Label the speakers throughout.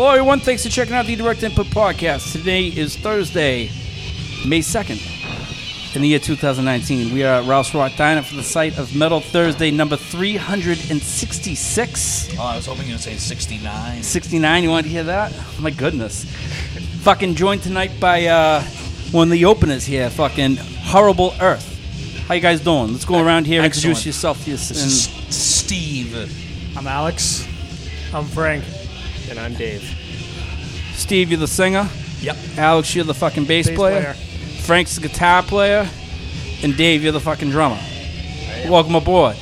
Speaker 1: Hello, everyone. Thanks for checking out the Direct Input Podcast. Today is Thursday, May 2nd, in the year 2019. We are at Rouse Rock Diner for the site of Metal Thursday number 366.
Speaker 2: Oh, I was hoping you would say 69.
Speaker 1: 69, you want to hear that? Oh, My goodness. Fucking joined tonight by uh, one of the openers here, fucking Horrible Earth. How you guys doing? Let's go around here, introduce
Speaker 2: Excellent.
Speaker 1: yourself to your
Speaker 2: This is Steve.
Speaker 3: I'm Alex. I'm Frank.
Speaker 4: And I'm Dave.
Speaker 1: and Steve, you're the singer.
Speaker 2: Yep.
Speaker 1: Alex, you're the fucking bass,
Speaker 3: Bass
Speaker 1: player.
Speaker 3: player.
Speaker 1: Frank's the guitar player. And Dave, you're the fucking drummer. Welcome aboard.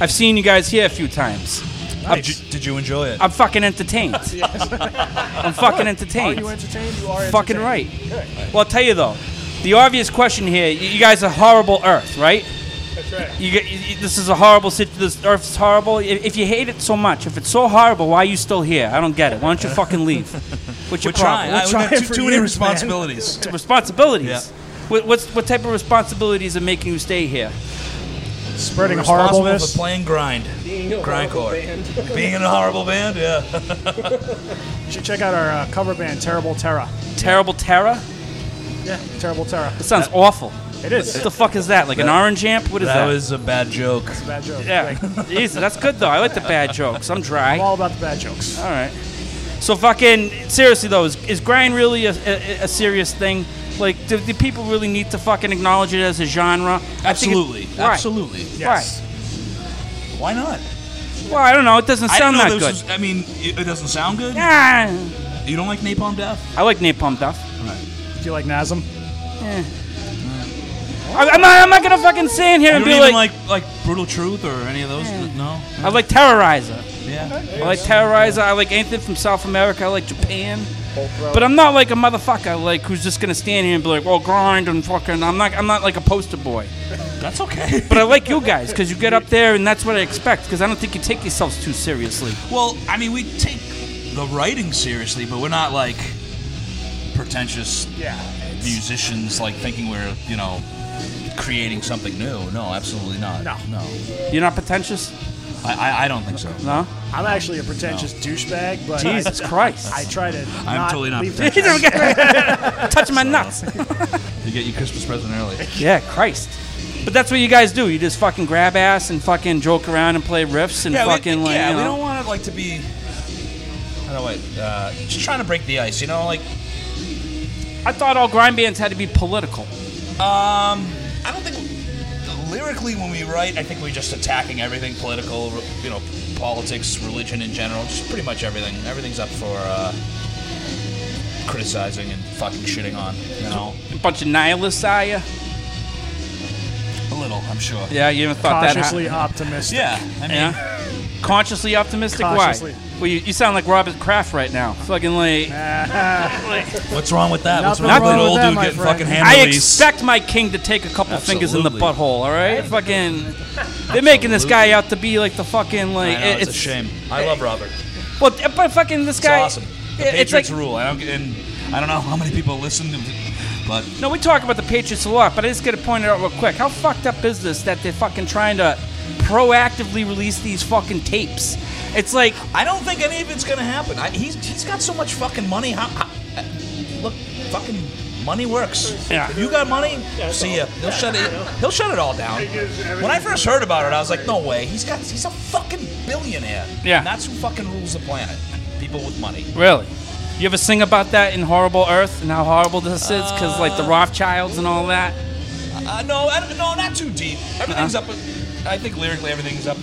Speaker 1: I've seen you guys here a few times.
Speaker 2: Did, you, did you enjoy it?
Speaker 1: I'm fucking entertained. I'm fucking
Speaker 3: Are
Speaker 1: entertained.
Speaker 3: you entertained? You are
Speaker 1: fucking
Speaker 3: entertained.
Speaker 1: right. Well, I'll tell you though, the obvious question here: y- you guys are horrible Earth, right?
Speaker 4: That's right.
Speaker 1: You, get- you, this is a horrible situation. This Earth's horrible. I- If you hate it so much, if it's so horrible, why are you still here? I don't get it. Why don't you fucking leave? What's
Speaker 2: We're
Speaker 1: your
Speaker 2: trying.
Speaker 1: problem?
Speaker 2: I,
Speaker 1: What's
Speaker 2: we
Speaker 1: your-
Speaker 3: trying
Speaker 2: got too,
Speaker 3: for
Speaker 2: too many
Speaker 3: years, man.
Speaker 2: responsibilities.
Speaker 1: responsibilities.
Speaker 2: Yeah.
Speaker 1: What, what's, what type of responsibilities are making you stay here?
Speaker 3: Spreading
Speaker 2: Responsible
Speaker 3: horribleness.
Speaker 2: for playing grind.
Speaker 4: Being a
Speaker 2: Grindcore.
Speaker 4: horrible band.
Speaker 2: Being in a horrible band, yeah.
Speaker 3: You should check out our uh, cover band, Terrible Terra.
Speaker 1: Terrible Terror?
Speaker 3: Yeah. Terrible Terra.
Speaker 1: That sounds awful.
Speaker 3: It is.
Speaker 1: What
Speaker 3: It's
Speaker 1: the fuck is that? Like an orange amp? What is that?
Speaker 2: That was a bad joke.
Speaker 3: a bad joke.
Speaker 1: yeah.
Speaker 3: Like,
Speaker 1: Jesus, that's good though. I like the bad jokes. I'm dry.
Speaker 3: I'm all about the bad jokes.
Speaker 1: All right. So fucking seriously though, is, is grind really a, a, a serious thing? Like, do, do people really need to fucking acknowledge it as a genre? I think it-
Speaker 2: Absolutely.
Speaker 1: right.
Speaker 2: Absolutely.
Speaker 3: Yes.
Speaker 2: Why not?
Speaker 1: Well, I don't know. It doesn't
Speaker 2: I don't
Speaker 1: sound
Speaker 2: know
Speaker 1: that
Speaker 2: this
Speaker 1: good.
Speaker 2: was- I mean, it, it doesn't sound good.
Speaker 1: Ah,
Speaker 2: You don't like Napalm Death?
Speaker 1: I like Napalm Duff.
Speaker 3: Do you like Nasm?
Speaker 1: I, am not, I'm not gonna fucking stand here
Speaker 2: You
Speaker 1: and
Speaker 2: don't
Speaker 1: be
Speaker 2: even
Speaker 1: like,
Speaker 2: like, like Brutal Truth or any of those? No.
Speaker 1: I like Terrorizer.
Speaker 2: Yeah.
Speaker 1: I like Terrorizer. I like anything from South America. I like Japan. But I'm not like a motherfucker like who's just gonna stand here and be like, "Well, grind and fucking." I'm not. I'm not like a poster boy.
Speaker 2: That's okay.
Speaker 1: But I like you guys because you get up there and that's what I expect. Because I don't think you take yourselves too seriously.
Speaker 2: Well, I mean, we take the writing seriously, but we're not like pretentious
Speaker 3: Yeah.
Speaker 2: musicians, like thinking we're, you know, creating something new. No, absolutely not.
Speaker 3: No.
Speaker 2: no.
Speaker 1: You're not pretentious,
Speaker 2: I, I, I don't think so.
Speaker 1: no?
Speaker 3: I'm actually a pretentious douchebag, but
Speaker 1: Jesus
Speaker 3: I,
Speaker 1: Christ!
Speaker 3: I try to I'm
Speaker 2: totally not
Speaker 3: leave
Speaker 2: pretentious.
Speaker 3: it.
Speaker 1: Touch my nuts.
Speaker 2: You get your Christmas present early.
Speaker 1: Yeah, Christ. But that's what you guys do. You just fucking grab ass and fucking joke around and play riffs and fucking
Speaker 2: we,
Speaker 1: like.
Speaker 2: yeah,
Speaker 1: you know.
Speaker 2: we don't want it like to be. How do I? Uh, just trying to break the ice, you know, like.
Speaker 1: I thought all grind bands had to be political.
Speaker 2: Um, I don't think lyrically when we write, I think we're just attacking everything political, re- you know, politics, religion in general, just pretty much everything. Everything's up for uh, criticizing and fucking shitting on. You know,
Speaker 1: A bunch of nihilists, are you?
Speaker 2: a little, I'm sure.
Speaker 1: Yeah, you even thought
Speaker 3: Cautiously
Speaker 1: that.
Speaker 3: optimistic.
Speaker 2: Yeah, I mean,
Speaker 1: Yeah. Consciously optimistic.
Speaker 3: Cautiously.
Speaker 1: Why? Well, you, you sound like Robert Kraft right now. Fucking like.
Speaker 2: what's wrong with that? What's
Speaker 3: Nothing wrong
Speaker 2: wrong with an
Speaker 3: with
Speaker 2: old
Speaker 3: that,
Speaker 2: dude
Speaker 3: my
Speaker 2: getting
Speaker 3: friend.
Speaker 2: fucking hand
Speaker 1: I
Speaker 2: released?
Speaker 1: expect my king to take a couple fingers in the
Speaker 2: Absolutely.
Speaker 1: butthole. All right, fucking. They're making this guy out to be like the fucking
Speaker 2: I
Speaker 1: like.
Speaker 2: know,
Speaker 1: it-
Speaker 2: it's, a shame. I love Robert.
Speaker 1: Well, th- but fucking this
Speaker 2: It's
Speaker 1: guy.
Speaker 2: awesome. The
Speaker 1: it- it's
Speaker 2: Patriots
Speaker 1: like
Speaker 2: rule. I don't, and I don't know how many people listen to, but
Speaker 1: no, we talk about the Patriots a lot, but I just gotta point it out real quick. How fucked up is this that they're fucking trying to proactively release these fucking tapes? It's like
Speaker 2: I don't think any of it's gonna happen. I, he's he's got so much fucking money. How, how, uh, look, fucking money works.
Speaker 1: Yeah.
Speaker 2: If you got money, see ya. He'll shut it. He'll shut it all down. When I first heard about it, I was like, no way. He's got. He's a fucking billionaire.
Speaker 1: Yeah.
Speaker 2: And that's who fucking rules the planet. People with money.
Speaker 1: really. You ever sing about that in Horrible Earth and how horrible this is? Because like the Rothschilds and all that.
Speaker 2: Uh, no, I, don't- no, not too deep. Everything's
Speaker 1: Uh-huh.
Speaker 2: up. I think lyrically, everything's up.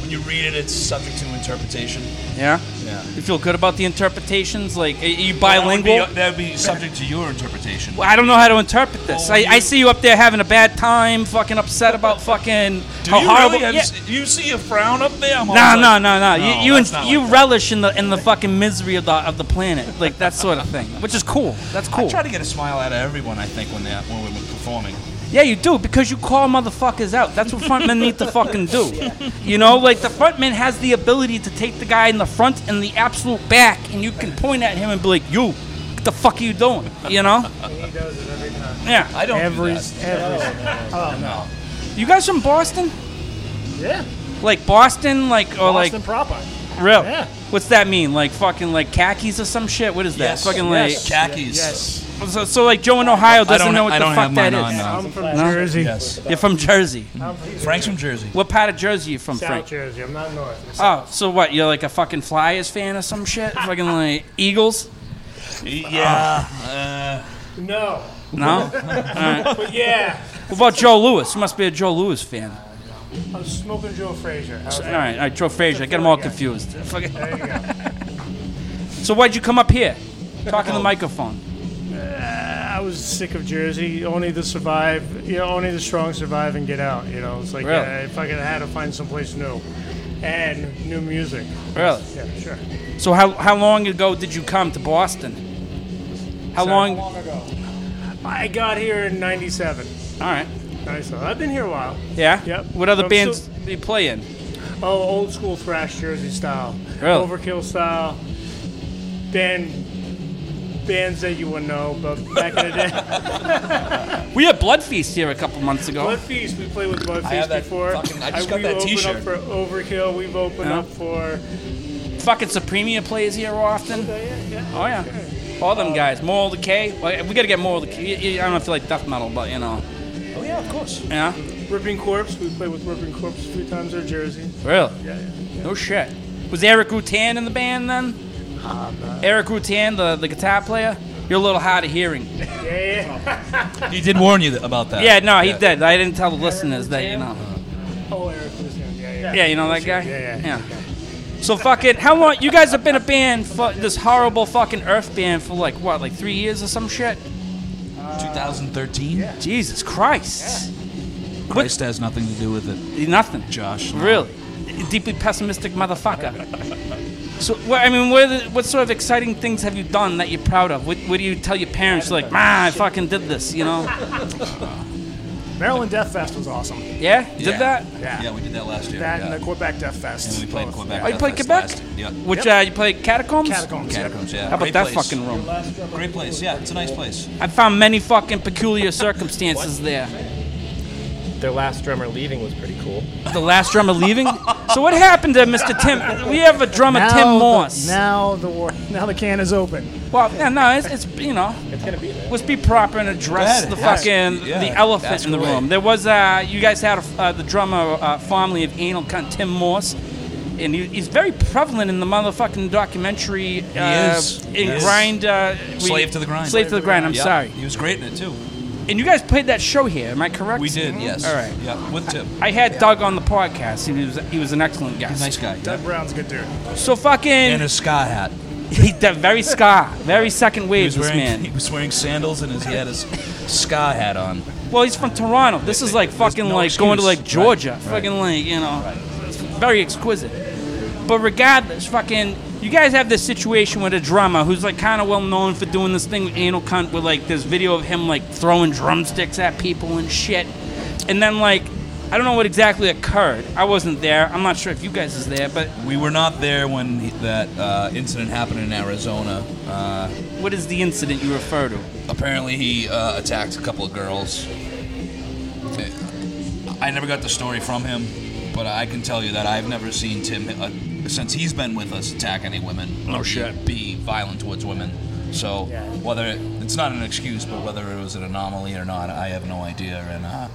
Speaker 2: When you read it, it's subject to interpretation.
Speaker 1: Yeah.
Speaker 2: Yeah.
Speaker 1: You feel good about the interpretations? Like, are you
Speaker 2: That would be-
Speaker 1: bilingual?
Speaker 2: That would be subject to your interpretation.
Speaker 1: Well, I don't know how to interpret this.
Speaker 2: Oh,
Speaker 1: I,
Speaker 2: you-
Speaker 1: I see you up there having a bad time, fucking upset about fucking
Speaker 2: Do
Speaker 1: how
Speaker 2: you
Speaker 1: horrible.
Speaker 2: really?
Speaker 1: yeah.
Speaker 2: Have- You see a frown up there? I'm
Speaker 1: No,
Speaker 2: always
Speaker 1: no,
Speaker 2: like,
Speaker 1: no, no. You you,
Speaker 2: that's not
Speaker 1: you
Speaker 2: like that."
Speaker 1: relish in the in the fucking misery of the of the planet, like that sort of thing, which is cool. That's
Speaker 2: I
Speaker 1: cool.
Speaker 2: try to get a smile out of everyone. I think when they when we're performing.
Speaker 1: Yeah, you do because you call motherfuckers out. That's what frontmen need to fucking do. You know, like the frontman has the ability to take the guy in the front and the absolute back, and you can point at him and be like, "You, what the fuck are you doing?" You know?
Speaker 4: He does it every time.
Speaker 1: Yeah.
Speaker 2: I don't.
Speaker 3: Every,
Speaker 2: do that.
Speaker 3: every. Oh, no.
Speaker 2: No.
Speaker 1: You guys from Boston?
Speaker 3: Yeah.
Speaker 1: Like Boston, like or like
Speaker 3: Boston proper.
Speaker 1: Really?
Speaker 5: Yeah.
Speaker 1: What's that mean? Like fucking like khakis or some shit? What is that? Fucking like
Speaker 5: Yes.
Speaker 2: khakis.
Speaker 5: Yes.
Speaker 1: so, so like Joe in Ohio doesn't
Speaker 2: I don't-
Speaker 1: know what
Speaker 2: I
Speaker 1: the
Speaker 2: don't
Speaker 1: fuck
Speaker 2: have
Speaker 1: that
Speaker 2: mine
Speaker 1: is.
Speaker 2: on, uh, no.
Speaker 5: I'm from
Speaker 1: No?
Speaker 5: Jersey.
Speaker 2: Yes.
Speaker 1: You're from Jersey.
Speaker 4: I'm from
Speaker 2: Frank's from Jersey.
Speaker 1: What part of Jersey you from,
Speaker 4: South
Speaker 1: Frank?
Speaker 4: Jersey. I'm not north. I'm
Speaker 1: Oh, so what? You're like a fucking Flyers fan or some shit? fucking like Eagles?
Speaker 2: Yeah.
Speaker 4: south. No.
Speaker 1: No.
Speaker 4: But yeah,
Speaker 1: What about Joe Lewis? You must be a Joe Lewis fan.
Speaker 4: I'm smoking Joe Frazier. How's
Speaker 1: All
Speaker 4: that?
Speaker 1: right, all right, Joe Frazier. I get them all confused. Fucking-
Speaker 4: There you go.
Speaker 1: So why'd you come up here? Talking to the microphone.
Speaker 5: I was sick of Jersey. Only the survive, you know, only the strong survive and get out. You know, it's like
Speaker 1: Really?
Speaker 5: uh, if I could had to find someplace new, and new music.
Speaker 1: Really?
Speaker 5: Yeah, sure.
Speaker 1: So how, how long ago did you come to Boston? How long? All
Speaker 5: I got here in '97.
Speaker 1: right.
Speaker 5: '97. I've been here a while.
Speaker 1: Yeah?
Speaker 5: Yep.
Speaker 1: What other
Speaker 5: I'm
Speaker 1: bands
Speaker 5: still-
Speaker 1: do you play in?
Speaker 5: Oh, old school thrash Jersey style,
Speaker 1: Really?
Speaker 5: overkill style, band bands that you wouldn't know, but back in the day,
Speaker 1: We had Blood Feast here a couple months ago.
Speaker 5: Blood Feast. We played with Blood Feast
Speaker 2: have that
Speaker 5: before.
Speaker 2: fucking- I just got
Speaker 5: we
Speaker 2: that
Speaker 5: opened
Speaker 2: t-shirt.
Speaker 5: up for Overkill. We've opened
Speaker 1: Yeah.
Speaker 5: up for.
Speaker 1: Fucking Supremia plays here often.
Speaker 5: yeah, yeah.
Speaker 1: Oh yeah, all them guys. Moral Decay. Well, We gotta get Moral Decay. I don't know if you like death metal, but you know,
Speaker 2: Oh yeah, of course.
Speaker 1: yeah.
Speaker 5: Ripping Corpse. We played with Ripping Corpse a few times in Jersey.
Speaker 1: Really?
Speaker 5: Yeah, yeah.
Speaker 1: No shit. Was Eric Rutan in the band then?
Speaker 5: Uh,
Speaker 1: Eric Rutan, the, the guitar player. You're a little hard of hearing.
Speaker 5: Yeah, yeah.
Speaker 2: He did warn you th- about that.
Speaker 1: Yeah, no, he did. I didn't tell the listeners that, you
Speaker 5: Rutan?
Speaker 1: know.
Speaker 5: Oh, Eric was in. Yeah, yeah.
Speaker 1: Yeah, you know that guy.
Speaker 5: Yeah, yeah.
Speaker 1: So fucking, how long? You guys have been a band, for this horrible fucking Earth band, for like what, like three years or some shit?
Speaker 2: 2013.
Speaker 1: Jesus Christ.
Speaker 2: Christ has nothing to do with it,
Speaker 1: Nothing.
Speaker 2: Josh.
Speaker 1: Really? Deeply pessimistic motherfucker. So, wha- I mean, what, are the, what sort of exciting things have you done that you're proud of? What, what do you tell your parents? You're like, Ma, I fucking did this, you know?
Speaker 5: Maryland Death Fest was awesome.
Speaker 1: Yeah? Did
Speaker 2: Yeah.
Speaker 1: that?
Speaker 5: Yeah.
Speaker 2: Yeah. we did that last year.
Speaker 5: That
Speaker 2: yeah.
Speaker 5: and the Quebec Death Fest.
Speaker 2: And we played
Speaker 5: Both.
Speaker 2: Quebec.
Speaker 1: Oh, you
Speaker 2: Death
Speaker 1: played
Speaker 2: Fest
Speaker 1: Quebec?
Speaker 2: last- Yeah.
Speaker 1: Which, uh, you played Catacombs?
Speaker 5: Catacombs. yeah.
Speaker 2: Catacombs, yeah.
Speaker 1: How about
Speaker 2: Great
Speaker 1: that
Speaker 2: place.
Speaker 1: fucking room?
Speaker 2: Great place. Yeah, it's a nice place.
Speaker 1: I found many fucking peculiar circumstances there.
Speaker 4: Their last drummer leaving was pretty cool.
Speaker 1: The last drummer leaving? So, what happened to Mr. Tim? We have a drummer,
Speaker 5: Now
Speaker 1: Tim
Speaker 5: the-
Speaker 1: Morse.
Speaker 5: now the war. Now the can is open.
Speaker 1: Well, yeah, no, it's, it's you know,
Speaker 4: It's gonna be there.
Speaker 1: let's be proper and address
Speaker 2: ahead.
Speaker 1: the
Speaker 2: Yes.
Speaker 1: fucking
Speaker 2: Yeah.
Speaker 1: the elephant
Speaker 2: Ask
Speaker 1: in the
Speaker 2: away.
Speaker 1: room. There was uh, you guys had a, uh, the drummer uh, formerly of Anal Cunt, Tim Morse. And he, he's very prevalent in the motherfucking documentary. Uh,
Speaker 2: is.
Speaker 1: In
Speaker 2: He is.
Speaker 1: grind. Uh, we-
Speaker 2: Slave to the Grind.
Speaker 1: Slave to the grind. I'm
Speaker 2: Yeah.
Speaker 1: sorry.
Speaker 2: He was great in it too.
Speaker 1: And you guys played that show here. Am I correct?
Speaker 2: We did. Yes.
Speaker 1: Mm-hmm. All right.
Speaker 2: Yeah, with Tim.
Speaker 1: I had Doug on the podcast. He was he was an excellent guest.
Speaker 2: Nice guy. Yeah.
Speaker 5: Doug Brown's a good dude.
Speaker 1: So fucking
Speaker 2: And his sky hat.
Speaker 1: he that very ska, very second
Speaker 2: He
Speaker 1: wave.
Speaker 2: was
Speaker 1: This
Speaker 2: wearing
Speaker 1: man.
Speaker 2: he was wearing sandals and his, he had his sky hat on.
Speaker 1: Well, he's from Toronto. This is like fucking
Speaker 2: no
Speaker 1: like going to
Speaker 2: excuse.
Speaker 1: like Georgia.
Speaker 2: Right, right.
Speaker 1: Fucking like you know, it's very exquisite. But regardless, fucking, you guys have this situation with a drummer who's like kind of well known for doing this thing with anal cunt, with like this video of him like throwing drumsticks at people and shit. And then like, I don't know what exactly occurred. I wasn't there. I'm not sure if you guys was there, but
Speaker 2: We were not there when he, that uh, incident happened in Arizona. Uh,
Speaker 1: what is the incident you refer to?
Speaker 2: apparently, he uh, attacked a couple of girls. I never got the story from him, but I can tell you that I've never seen Tim uh, since he's been with us attack any women. Oh shit! Be violent towards women. So whether it, it's not an excuse, but whether it was an anomaly or not, I have no idea. And uh,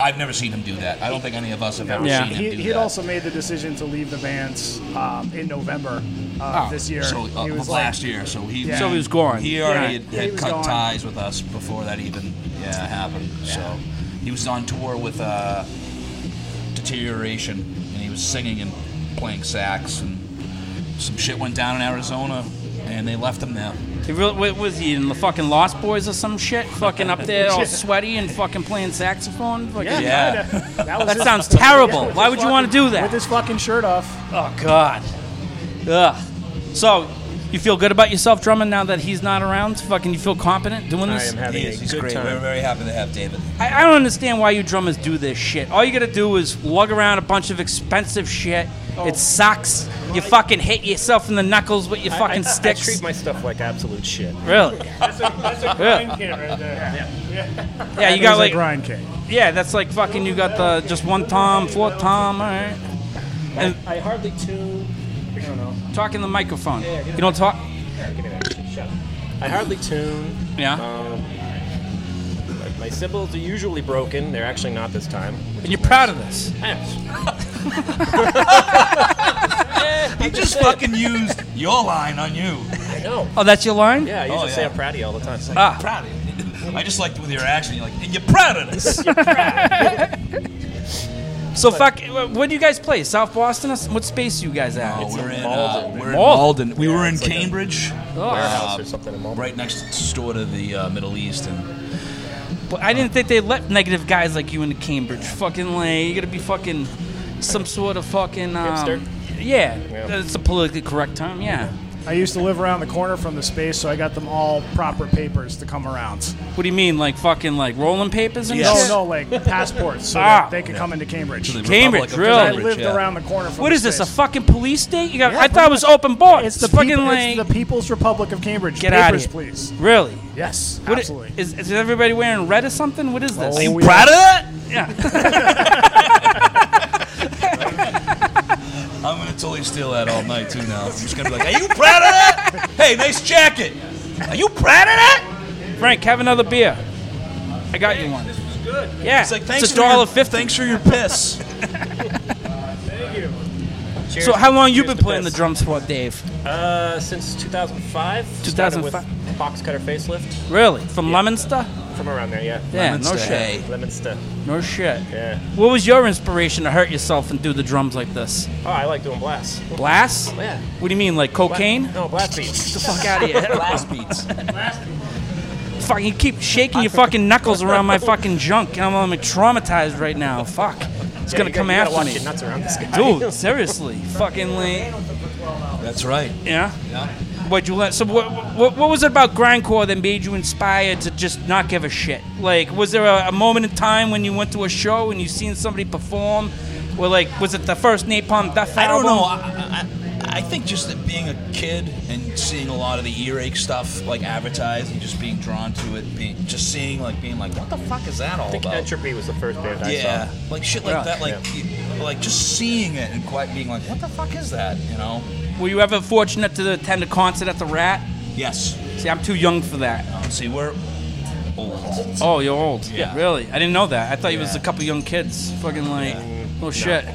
Speaker 2: I've never seen him do that. I don't think any of us have ever
Speaker 1: Yeah.
Speaker 2: seen him
Speaker 5: He,
Speaker 2: do
Speaker 5: he
Speaker 2: that.
Speaker 5: had also made the decision to leave the bands um, in November uh,
Speaker 1: Oh,
Speaker 5: this year.
Speaker 2: So uh,
Speaker 5: he was like,
Speaker 2: last year, so he
Speaker 5: So he
Speaker 1: was gone.
Speaker 2: He already
Speaker 1: Yeah.
Speaker 2: had,
Speaker 5: Yeah,
Speaker 2: had
Speaker 5: he was
Speaker 2: cut
Speaker 5: gone.
Speaker 2: ties with us before that even yeah happened. So he was on tour with uh, Deterioration, and he was singing and playing sax, and some shit went down in Arizona, and they left him there.
Speaker 1: He really, what was he in the fucking Lost Boys or some shit? Fucking up there, all sweaty and fucking playing saxophone. Fucking-
Speaker 5: yeah,
Speaker 2: Yeah.
Speaker 5: kinda. That, was
Speaker 1: That
Speaker 5: his-
Speaker 1: sounds terrible.
Speaker 5: Yeah, with
Speaker 1: Why
Speaker 5: his
Speaker 1: would you wanna
Speaker 5: fucking-
Speaker 1: do that?
Speaker 5: With his fucking shirt off.
Speaker 1: Oh God. Ugh. So, you feel good about yourself, Drummond, now that he's not around? Fucking, you feel competent doing
Speaker 4: I
Speaker 1: this?
Speaker 4: am having
Speaker 2: He is,
Speaker 4: a
Speaker 2: he's
Speaker 4: good
Speaker 2: great. We're
Speaker 4: time.
Speaker 2: very happy to have David.
Speaker 1: I, I don't understand why you drummers do this shit. All you gotta do is lug around a bunch of expensive shit.
Speaker 4: Oh.
Speaker 1: It sucks. You fucking hit yourself in the knuckles with your
Speaker 4: I-
Speaker 1: fucking
Speaker 4: I, I,
Speaker 1: sticks.
Speaker 4: treat my stuff like absolute shit.
Speaker 1: really?
Speaker 5: That's a, that's a grind kid right there.
Speaker 1: Yeah, you got like
Speaker 5: grind kid.
Speaker 1: yeah, that's like fucking. You got the just one tom, four tom, all right.
Speaker 4: I hardly tune. I don't
Speaker 1: Talk in the microphone. You don't talk.
Speaker 4: Give me that. Shut up. I hardly tune.
Speaker 1: Yeah.
Speaker 4: Um, my- my cymbals are usually broken. They're actually not this time.
Speaker 1: And you're proud of this.
Speaker 2: He just fucking used your line on you.
Speaker 4: I know.
Speaker 1: Oh, that's your line?
Speaker 4: Yeah, I
Speaker 2: Oh,
Speaker 4: usually say
Speaker 2: yeah.
Speaker 4: I'm proud of you all the time.
Speaker 1: Ah.
Speaker 2: Proud of you. I just liked with your action. You're like, and you're proud of this.
Speaker 1: So fuck. What do you guys play? South Boston? or s- What space you guys at?
Speaker 2: Oh, we're in,
Speaker 4: Malden.
Speaker 2: uh, we're in
Speaker 1: Malden.
Speaker 2: Malden. We were in
Speaker 4: it's like a
Speaker 2: Cambridge,
Speaker 1: Oh,
Speaker 4: warehouse or something. in Marlboro.
Speaker 2: right next door to the uh, Middle East, and
Speaker 1: But I didn't think they let negative guys like you into Cambridge. Fucking like you gotta be fucking some sort of fucking um,
Speaker 4: Hipster?
Speaker 1: Yeah,
Speaker 4: Yeah.
Speaker 1: that's a politically correct term. Yeah.
Speaker 5: I used to live around the corner from the space, so I got them all proper papers to come around.
Speaker 1: What do you mean, like fucking like rolling papers and
Speaker 5: No,
Speaker 1: shit?
Speaker 5: no, like passports, so
Speaker 1: Ah.
Speaker 5: that they could come into Cambridge.
Speaker 2: to the
Speaker 1: Cambridge,
Speaker 2: Republic of
Speaker 1: really?
Speaker 5: I
Speaker 2: Cambridge,
Speaker 5: lived
Speaker 2: yeah.
Speaker 5: around the corner from
Speaker 1: What
Speaker 5: the
Speaker 1: is this? A
Speaker 5: space.
Speaker 1: fucking police state? You got?
Speaker 5: Yeah,
Speaker 1: I thought it
Speaker 5: pretty
Speaker 1: was
Speaker 5: much.
Speaker 1: open board.
Speaker 5: It's the,
Speaker 1: fucking
Speaker 5: peop-
Speaker 1: like
Speaker 5: it's the People's Republic of Cambridge.
Speaker 1: get
Speaker 5: papers,
Speaker 1: out of here,
Speaker 5: please.
Speaker 1: Really?
Speaker 5: Yes,
Speaker 1: What i-
Speaker 5: absolutely.
Speaker 1: is, is everybody wearing red or something? What is this?
Speaker 5: Oh,
Speaker 2: You proud of that?
Speaker 1: yeah.
Speaker 2: I'm gonna totally steal that all night too. Now I'm just gonna be like, "Are you proud of that? Hey, nice jacket. Are you proud of that?"
Speaker 1: Frank, have another beer. I got you one. This was good. Yeah.
Speaker 2: It's like, "Thanks
Speaker 1: a
Speaker 2: for your-
Speaker 1: dollar fifty.
Speaker 2: Thanks for your piss."
Speaker 4: Cheers.
Speaker 1: So how long you
Speaker 4: Cheers
Speaker 1: been
Speaker 4: to
Speaker 1: playing the
Speaker 4: this.
Speaker 1: drums for, Dave?
Speaker 4: Uh, since 2005. started with
Speaker 1: 2005.
Speaker 4: Box cutter facelift
Speaker 1: Really? From Lemonster?
Speaker 4: from around there. Yeah.
Speaker 1: Yeah,
Speaker 2: Lemonster,
Speaker 1: no shit.
Speaker 2: hey.
Speaker 4: Lemonster.
Speaker 1: No shit.
Speaker 4: Yeah.
Speaker 1: What was your inspiration to hurt yourself and do the drums like this?
Speaker 4: Oh, I like doing blasts.
Speaker 1: Blast?
Speaker 4: Yeah.
Speaker 1: What do you mean, like cocaine?
Speaker 4: No, blast beats.
Speaker 1: Get the fuck out of here.
Speaker 2: Blast beats.
Speaker 1: fuck, you keep shaking your fucking knuckles around my fucking junk, and I'm, I'm traumatized right now. Fuck. It's
Speaker 4: Yeah,
Speaker 1: gonna
Speaker 4: you
Speaker 1: come
Speaker 4: gotta- you gotta
Speaker 1: after
Speaker 4: watch
Speaker 1: me.
Speaker 4: your nuts around this guy.
Speaker 1: Dude, seriously. fucking like.
Speaker 2: That's right.
Speaker 1: Yeah?
Speaker 2: Yeah.
Speaker 1: What'd you learn? So, what, what, what was it about grindcore that made you inspired to just not give a shit? Like, was there a, a moment in time when you went to a show and you seen somebody perform? Or, like, was it the first Napalm Death
Speaker 2: I
Speaker 1: album?
Speaker 2: don't know. I, I, I think just that being a kid and seeing a lot of the earache stuff like advertised and just being drawn to it, being just seeing like being like, what the fuck is that all
Speaker 4: I think
Speaker 2: about?
Speaker 4: Entropy was the first band I
Speaker 2: yeah,
Speaker 4: saw.
Speaker 2: like shit like
Speaker 1: Yeah.
Speaker 2: that, like you- like just seeing it and quite being like, what the fuck is that? You know?
Speaker 1: Were you ever fortunate to attend a concert at the Rat?
Speaker 2: Yes.
Speaker 1: See, I'm too young for that.
Speaker 2: Uh, see, we're old.
Speaker 1: Oh, you're old.
Speaker 2: Yeah.
Speaker 1: Really? I didn't know that. I thought you was a
Speaker 2: Yeah.
Speaker 1: couple young kids. Fucking like, oh shit.
Speaker 2: Yeah.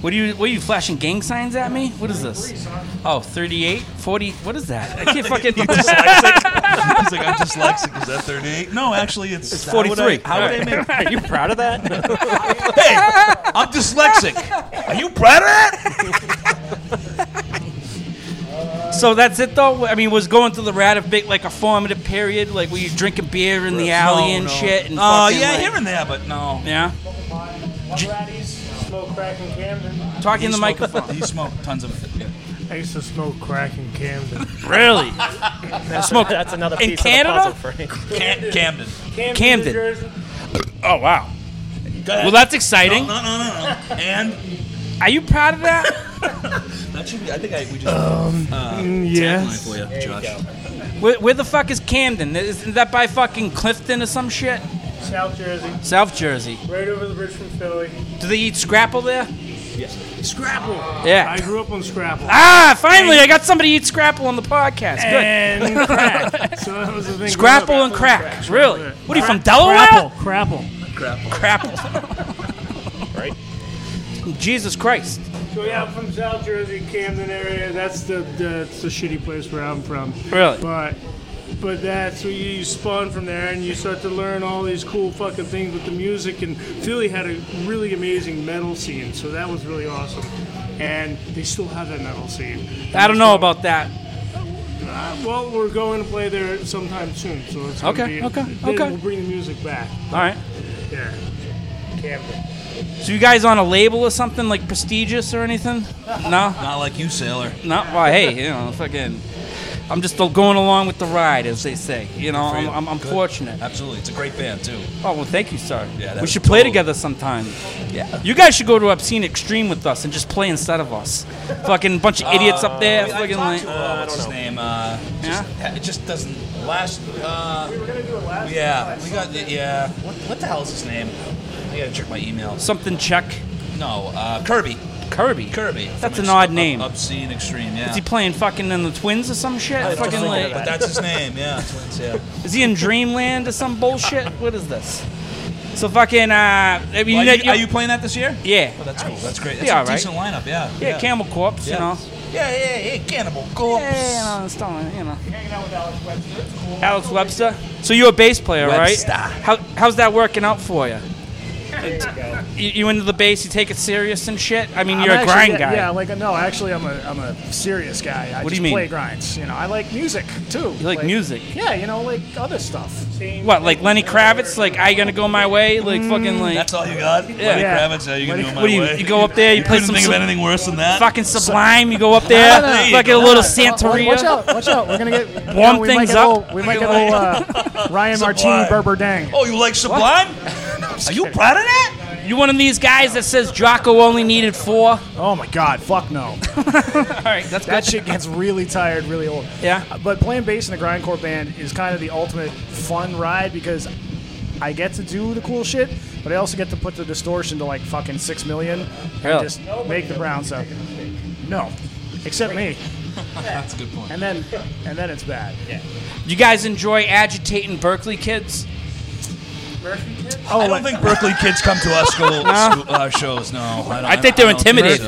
Speaker 1: What are you? What are you flashing gang signs at me? What is this? Oh, 38, 40. What is that? I can't fucking.
Speaker 2: He's like, I'm dyslexic. Is that 38? No, actually, it's,
Speaker 1: It's 43.
Speaker 2: How would I, how would I
Speaker 1: Alright.
Speaker 2: make?
Speaker 4: Are you proud of that?
Speaker 2: Hey, I'm dyslexic. Are you proud of that?
Speaker 1: so that's it though. I mean, was going to the rat a bit like a formative period? Like, were you drinking beer in the alley
Speaker 2: No,
Speaker 1: and
Speaker 2: no.
Speaker 1: shit? And
Speaker 2: Oh,
Speaker 1: fucking,
Speaker 2: yeah,
Speaker 1: like-
Speaker 2: here and there, but no.
Speaker 1: Yeah.
Speaker 3: Raddies, smoke crack in Camden.
Speaker 1: Talking in the
Speaker 2: He smoked-
Speaker 1: microphone.
Speaker 2: He smoked tons of. Yeah.
Speaker 3: I used to smoke crack in Camden.
Speaker 1: really? Smoke.
Speaker 4: That's another
Speaker 1: In
Speaker 4: piece
Speaker 1: Canada?
Speaker 4: of the puzzle, Frank.
Speaker 2: Cam- Camden.
Speaker 3: Camden.
Speaker 1: Camden.
Speaker 3: New Jersey.
Speaker 1: Oh wow.
Speaker 2: Go ahead.
Speaker 1: Well, that's exciting.
Speaker 2: No, no, no, no. And
Speaker 1: Are you proud of that?
Speaker 2: that should be. I think I, we just um,
Speaker 3: Yes.
Speaker 2: for you, Josh.
Speaker 1: where, where the fuck is Camden? Isn't that by fucking Clifton or some shit?
Speaker 3: South Jersey.
Speaker 1: South Jersey.
Speaker 3: Right over the bridge from Philly.
Speaker 1: Do they eat scrapple there?
Speaker 3: Scrapple.
Speaker 1: Yeah.
Speaker 3: I grew up on Scrapple.
Speaker 1: Ah, finally, I got somebody to eat Scrapple on the podcast. Good.
Speaker 3: And crack. So that was the thing.
Speaker 1: Scrapple
Speaker 3: growing
Speaker 1: and
Speaker 3: up.
Speaker 1: crack. Really?
Speaker 3: Crack.
Speaker 1: What are you from
Speaker 3: Crapple.
Speaker 1: Delaware?
Speaker 3: Crapple.
Speaker 1: Crapple.
Speaker 4: Right?
Speaker 1: Jesus Christ.
Speaker 3: So yeah, I'm from South Jersey, Camden area. That's the that's the shitty place where I'm from.
Speaker 1: Really?
Speaker 3: But but that's where you spawn from there, and you start to learn all these cool fucking things with the music. And Philly had a really amazing metal scene, so that was really awesome. And they still have that metal scene.
Speaker 1: I don't know about that.
Speaker 3: Uh, well, we're going to play there sometime soon, so it's gonna
Speaker 1: Okay,
Speaker 3: Be,
Speaker 1: okay,
Speaker 3: then
Speaker 1: okay.
Speaker 3: We'll bring the music back.
Speaker 1: All right.
Speaker 3: Yeah. Camden.
Speaker 1: So you guys on a label or something like prestigious or anything? No,
Speaker 2: Not like you, sailor.
Speaker 1: no. Well, hey, you know, fucking. I'm just going along with the ride, as they say. You know, I'm, I'm, I'm
Speaker 2: Good.
Speaker 1: fortunate.
Speaker 2: Absolutely, it's a great band too.
Speaker 1: Oh well, thank you, sir.
Speaker 2: Yeah, that
Speaker 1: we
Speaker 2: was
Speaker 1: should play
Speaker 2: totally-
Speaker 1: together sometime.
Speaker 2: Yeah.
Speaker 1: You guys should go to Obscene Extreme with us and just play instead of us. fucking bunch of idiots up there.
Speaker 2: I
Speaker 1: fucking
Speaker 2: talked
Speaker 1: like,
Speaker 2: to uh, what's his name? Uh, just, It just doesn't last. Uh, we were gonna do it last. Yeah, we got. The, yeah. What, what the hell is his name? I gotta check my emails.
Speaker 1: something check.
Speaker 2: No, uh, Kirby.
Speaker 1: Kirby.
Speaker 2: Kirby. from
Speaker 1: That's an
Speaker 2: Ex-
Speaker 1: odd
Speaker 2: Ob-
Speaker 1: name.
Speaker 2: Obscene Extreme, yeah.
Speaker 1: Is he playing fucking in the Twins or some shit? fucking
Speaker 4: think
Speaker 1: like,
Speaker 4: of
Speaker 2: but that's his name, yeah. Twins, yeah.
Speaker 1: is he in Dreamland or some bullshit? what is this? So fucking. Uh, I mean,
Speaker 2: Well, are,
Speaker 1: that
Speaker 2: you, are you playing that this year?
Speaker 1: Yeah.
Speaker 2: Oh, that's cool. That's great. That's
Speaker 1: Yeah,
Speaker 2: a
Speaker 1: right.
Speaker 2: decent lineup, yeah.
Speaker 1: Yeah, Camel Corpse.
Speaker 2: Yeah.
Speaker 1: You know.
Speaker 2: Yeah, yeah, yeah. Cannibal Corpse.
Speaker 1: Yeah, you know, it's not, you know. Alex Webster. So you're a bass player,
Speaker 2: Webster.
Speaker 1: right? How, how's that working out for you? you, you into the bass? You take it serious and shit? I mean,
Speaker 5: I'm
Speaker 1: you're a
Speaker 5: actually-
Speaker 1: grind
Speaker 5: yeah,
Speaker 1: guy.
Speaker 5: Yeah, like no, actually, I'm a I'm a serious guy. I
Speaker 1: What do
Speaker 5: just
Speaker 1: you mean?
Speaker 5: play grinds. You know, I like music too.
Speaker 1: You like music?
Speaker 5: Yeah, you know, like other stuff.
Speaker 1: What, like Lenny Kravitz? Like, I gonna go my way? Like, fucking, like,
Speaker 2: Mm. That's all you got? Yeah. Lenny
Speaker 5: Yeah.
Speaker 2: Kravitz, yeah, you can
Speaker 5: Lenny-
Speaker 2: do it my
Speaker 1: what do you?
Speaker 2: way.
Speaker 1: You go up there, you, play
Speaker 2: couldn't
Speaker 1: some
Speaker 2: think of
Speaker 1: sub-
Speaker 2: anything worse than that?
Speaker 1: fucking Sublime. You go up there,
Speaker 5: No, no, no.
Speaker 1: fucking a little
Speaker 5: Wa- Watch
Speaker 1: Santeria.
Speaker 5: out! Watch out! We're gonna get
Speaker 1: Warm
Speaker 5: we
Speaker 1: things
Speaker 5: might get
Speaker 1: up.
Speaker 5: Old, we might get old uh, Ryan Martini
Speaker 2: Sublime.
Speaker 5: Berber Dang.
Speaker 2: Oh, you like Sublime? Are you proud of that?
Speaker 1: You one of these guys that says Jocko only needed four? All
Speaker 5: Oh my God! Fuck no!
Speaker 1: right, that's good.
Speaker 5: That shit gets really tired, really old.
Speaker 1: Yeah.
Speaker 5: But playing bass in a grindcore band is kind of the ultimate fun ride because I get to do the cool shit, but I also get to put the distortion to like fucking six million
Speaker 1: Really?
Speaker 5: and just make the brown sound. No, except me.
Speaker 2: That's a good point.
Speaker 5: And then, and then it's bad.
Speaker 1: You guys enjoy agitating Berkeley kids?
Speaker 5: Oh,
Speaker 2: I don't think Berkeley kids come to our school, school our shows. No, I, don't,
Speaker 1: I think they're
Speaker 2: don't think
Speaker 1: intimidated.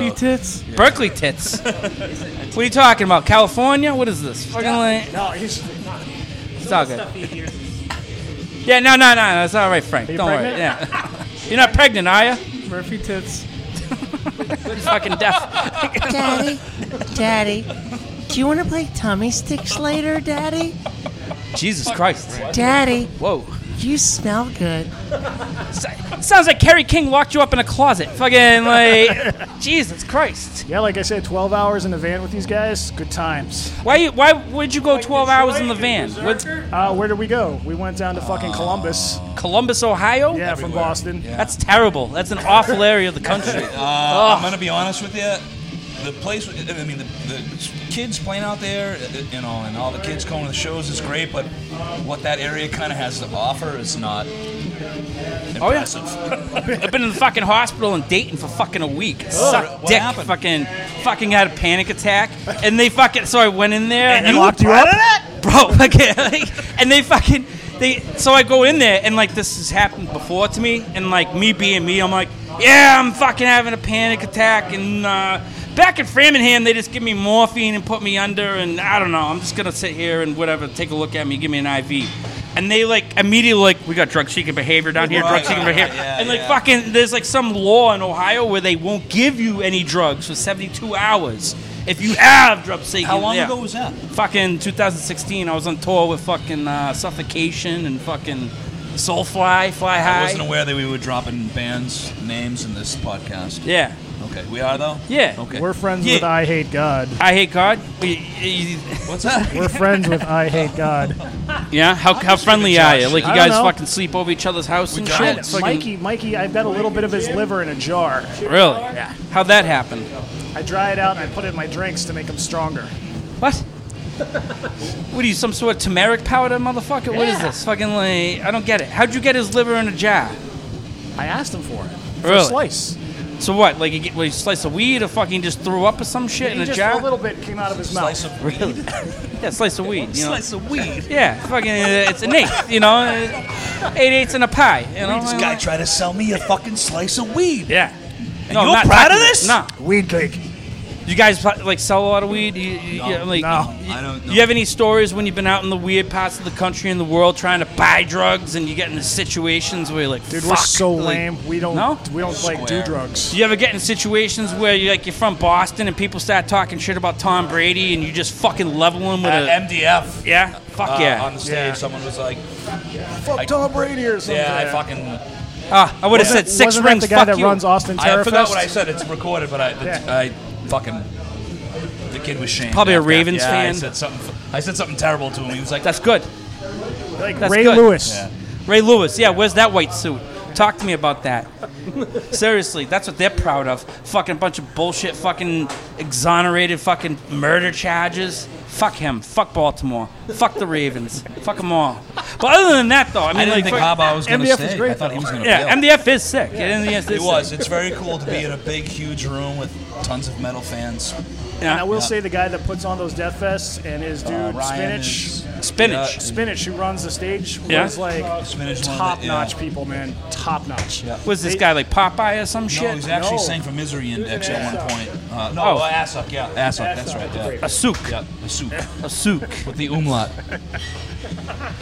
Speaker 2: so.
Speaker 5: tits.
Speaker 1: Berkeley tits. what are you talking about? California? What is this? Fucking like,
Speaker 5: No, he's
Speaker 1: it's all good. Yeah, no, no, no, no, it's all right, Frank.
Speaker 5: you
Speaker 1: Don't worry.
Speaker 5: pregnant?
Speaker 1: Yeah. You're not pregnant, are you?
Speaker 3: Murphy tits.
Speaker 1: You're fucking deaf.
Speaker 6: Daddy, Daddy, do you want to play tummy sticks later, Daddy?
Speaker 1: Jesus Christ.
Speaker 6: Daddy,
Speaker 1: Whoa.
Speaker 6: you smell good.
Speaker 1: Sounds like Kerry King locked you up in a closet. Fucking like, Jesus Christ.
Speaker 5: yeah. Like I said, twelve hours in the van with these guys. Good times.
Speaker 1: Why? you- Why would you go 12 hours in the van? With
Speaker 5: Uh, where did we go? We went down to fucking Columbus.
Speaker 1: Columbus, Ohio?
Speaker 5: Yeah, from Boston.
Speaker 1: That's terrible. That's an awful area of the country.
Speaker 2: Uh, I'm gonna be honest with you. The place, I mean, the, the kids playing out there, uh, you know, and all the kids going to the shows is great, but what that area kind of has to offer is not impressive.
Speaker 1: I've been in the fucking hospital in Dayton for fucking a week. Suck
Speaker 2: what
Speaker 1: dick.
Speaker 2: happened?
Speaker 1: Fucking, fucking had a panic attack, and they fucking. So I went in there and,
Speaker 5: they locked you up?
Speaker 1: bro. Fucking, like, and they fucking. They. So I go in there and like this has happened before to me, and like me being me, I'm like, yeah, I'm fucking having a panic attack, and uh, back in Framingham they just give me morphine and put me under, and I don't know. I'm just gonna sit here and whatever. Take a look at me, give me an IV. And they like immediately like we got drug seeking behavior down here, drug
Speaker 2: Right,
Speaker 1: seeking
Speaker 2: right,
Speaker 1: behavior,
Speaker 2: yeah,
Speaker 1: and like
Speaker 2: yeah.
Speaker 1: fuck fucking there's like some law in Ohio where they won't give you any drugs for 72 hours if you have drug seeking.
Speaker 2: How long
Speaker 1: yeah.
Speaker 2: ago was that?
Speaker 1: Fucking 2016. I was on tour with fucking uh, Suffocation and fucking Soulfly, Fly High.
Speaker 2: I wasn't aware that we were dropping bands' names in this podcast.
Speaker 1: yeah,
Speaker 2: Okay, we are though.
Speaker 1: yeah.
Speaker 2: Okay.
Speaker 5: We're friends
Speaker 1: Yeah.
Speaker 5: with I Hate God.
Speaker 1: I hate God. Y- y- y-
Speaker 2: What's that?
Speaker 5: We're friends with I Hate God.
Speaker 1: Yeah, how, how friendly are you? Like you
Speaker 5: I
Speaker 1: guys
Speaker 5: don't know.
Speaker 1: fucking sleep over each other's house and
Speaker 2: don't.
Speaker 1: shit.
Speaker 2: It's
Speaker 5: Mikey, Mikey, I've got a little bit of his liver in a jar.
Speaker 1: really? Yeah. How'd that happen?
Speaker 5: I dry it out and I put it in my drinks to make them stronger.
Speaker 1: What? what are you, some sort of turmeric powder, motherfucker? What is this? Fucking like, I don't get it. How'd you get his liver in a jar?
Speaker 5: I asked him for it. For
Speaker 1: Really?
Speaker 5: a slice.
Speaker 1: So what? Like, you get like, a slice of weed, or fucking just threw up or some shit in
Speaker 5: He
Speaker 1: a
Speaker 5: just
Speaker 1: jar?
Speaker 5: a little bit came out of his
Speaker 2: Slice of
Speaker 5: mouth.
Speaker 2: weed.
Speaker 1: yeah, slice of weed. You know?
Speaker 2: Slice of weed.
Speaker 1: Yeah, fucking, uh, it's an eighth. You know, Uh, eight eighths in a pie. You know,
Speaker 2: This guy tried to sell me a fucking slice of weed.
Speaker 1: Yeah. No,
Speaker 2: you're
Speaker 1: not
Speaker 2: proud
Speaker 1: talking
Speaker 2: of this?
Speaker 1: No.
Speaker 5: Weed cake.
Speaker 1: You guys like sell a lot of weed? You, you,
Speaker 2: No.
Speaker 1: yeah, like,
Speaker 5: No.
Speaker 1: you-
Speaker 2: I don't know.
Speaker 1: You have any stories when you've been out in the weird parts of the country and the world trying to buy drugs and you get into situations where you're like,
Speaker 5: Dude,
Speaker 1: fuck.
Speaker 5: we're so
Speaker 1: like,
Speaker 5: lame. We don't
Speaker 1: No?
Speaker 5: we don't like do
Speaker 2: Square.
Speaker 5: drugs.
Speaker 1: Do you ever get in situations where you like you're from Boston and people start talking shit about Tom Brady and you just fucking level him with a
Speaker 2: At MDF.
Speaker 1: yeah? Fuck
Speaker 2: uh,
Speaker 1: yeah.
Speaker 2: On the stage,
Speaker 5: Yeah.
Speaker 2: someone was like,
Speaker 5: Fuck Tom Brady or something.
Speaker 2: "Yeah, I fucking."
Speaker 1: Ah, I would have said 6
Speaker 5: Wasn't
Speaker 1: rings.
Speaker 5: that the guy
Speaker 1: fuck
Speaker 5: that
Speaker 1: you.
Speaker 5: runs Austin
Speaker 2: I
Speaker 5: Terror
Speaker 2: forgot
Speaker 5: Fest?
Speaker 2: what I said. It's recorded, but I, the,
Speaker 5: Yeah.
Speaker 2: I fucking. The kid was shamed.
Speaker 1: Probably a
Speaker 2: after-
Speaker 1: Ravens
Speaker 2: yeah, I
Speaker 1: fan.
Speaker 2: said something. I said something terrible to him. He was like,
Speaker 1: That's good.
Speaker 5: like
Speaker 1: That's
Speaker 5: Ray
Speaker 1: good.
Speaker 5: Lewis.
Speaker 2: Yeah.
Speaker 1: Ray Lewis. Yeah, where's that white suit? Talk to me about that. Seriously, that's what they're proud of. Fucking bunch of bullshit. Fucking exonerated. Fucking murder charges. Fuck him. Fuck Baltimore. Fuck the Ravens. Fuck them all. But other than that, though, I mean,
Speaker 2: I didn't
Speaker 1: like,
Speaker 2: think
Speaker 1: fuck-
Speaker 2: Haba was going to
Speaker 5: MDF is
Speaker 2: stay. I
Speaker 5: great,
Speaker 2: thought he was going to
Speaker 1: yeah,
Speaker 2: fail.
Speaker 1: MDF is sick. Yeah, MDF is
Speaker 2: It was. It's very cool to be in a big, huge room with tons of metal fans.
Speaker 1: sick.
Speaker 5: And I
Speaker 1: Yeah.
Speaker 5: will
Speaker 2: Yeah.
Speaker 5: say the guy that puts on those death fests and his dude
Speaker 2: Uh, Ryan
Speaker 5: Spinach,
Speaker 2: is-
Speaker 1: Spinach.
Speaker 2: Yeah,
Speaker 5: Spinach who runs the stage,
Speaker 1: Yeah.
Speaker 5: was like
Speaker 2: Spinach one of the-
Speaker 5: top notch
Speaker 2: yeah.
Speaker 5: people, man, top notch.
Speaker 2: Yeah.
Speaker 1: Was this
Speaker 5: They-
Speaker 1: guy like Popeye or some
Speaker 2: No,
Speaker 1: shit?
Speaker 2: he's actually
Speaker 5: No.
Speaker 2: sang for Misery Index
Speaker 5: an
Speaker 2: at one
Speaker 5: ass-up.
Speaker 2: point. Uh, no,
Speaker 1: Oh.
Speaker 2: oh, Assup, yeah. Assup, that's
Speaker 5: Assup,
Speaker 2: right.
Speaker 5: that's
Speaker 2: Yeah.
Speaker 1: a souk.
Speaker 2: Yeah, the soup.
Speaker 1: A souk.
Speaker 2: With the umlaut.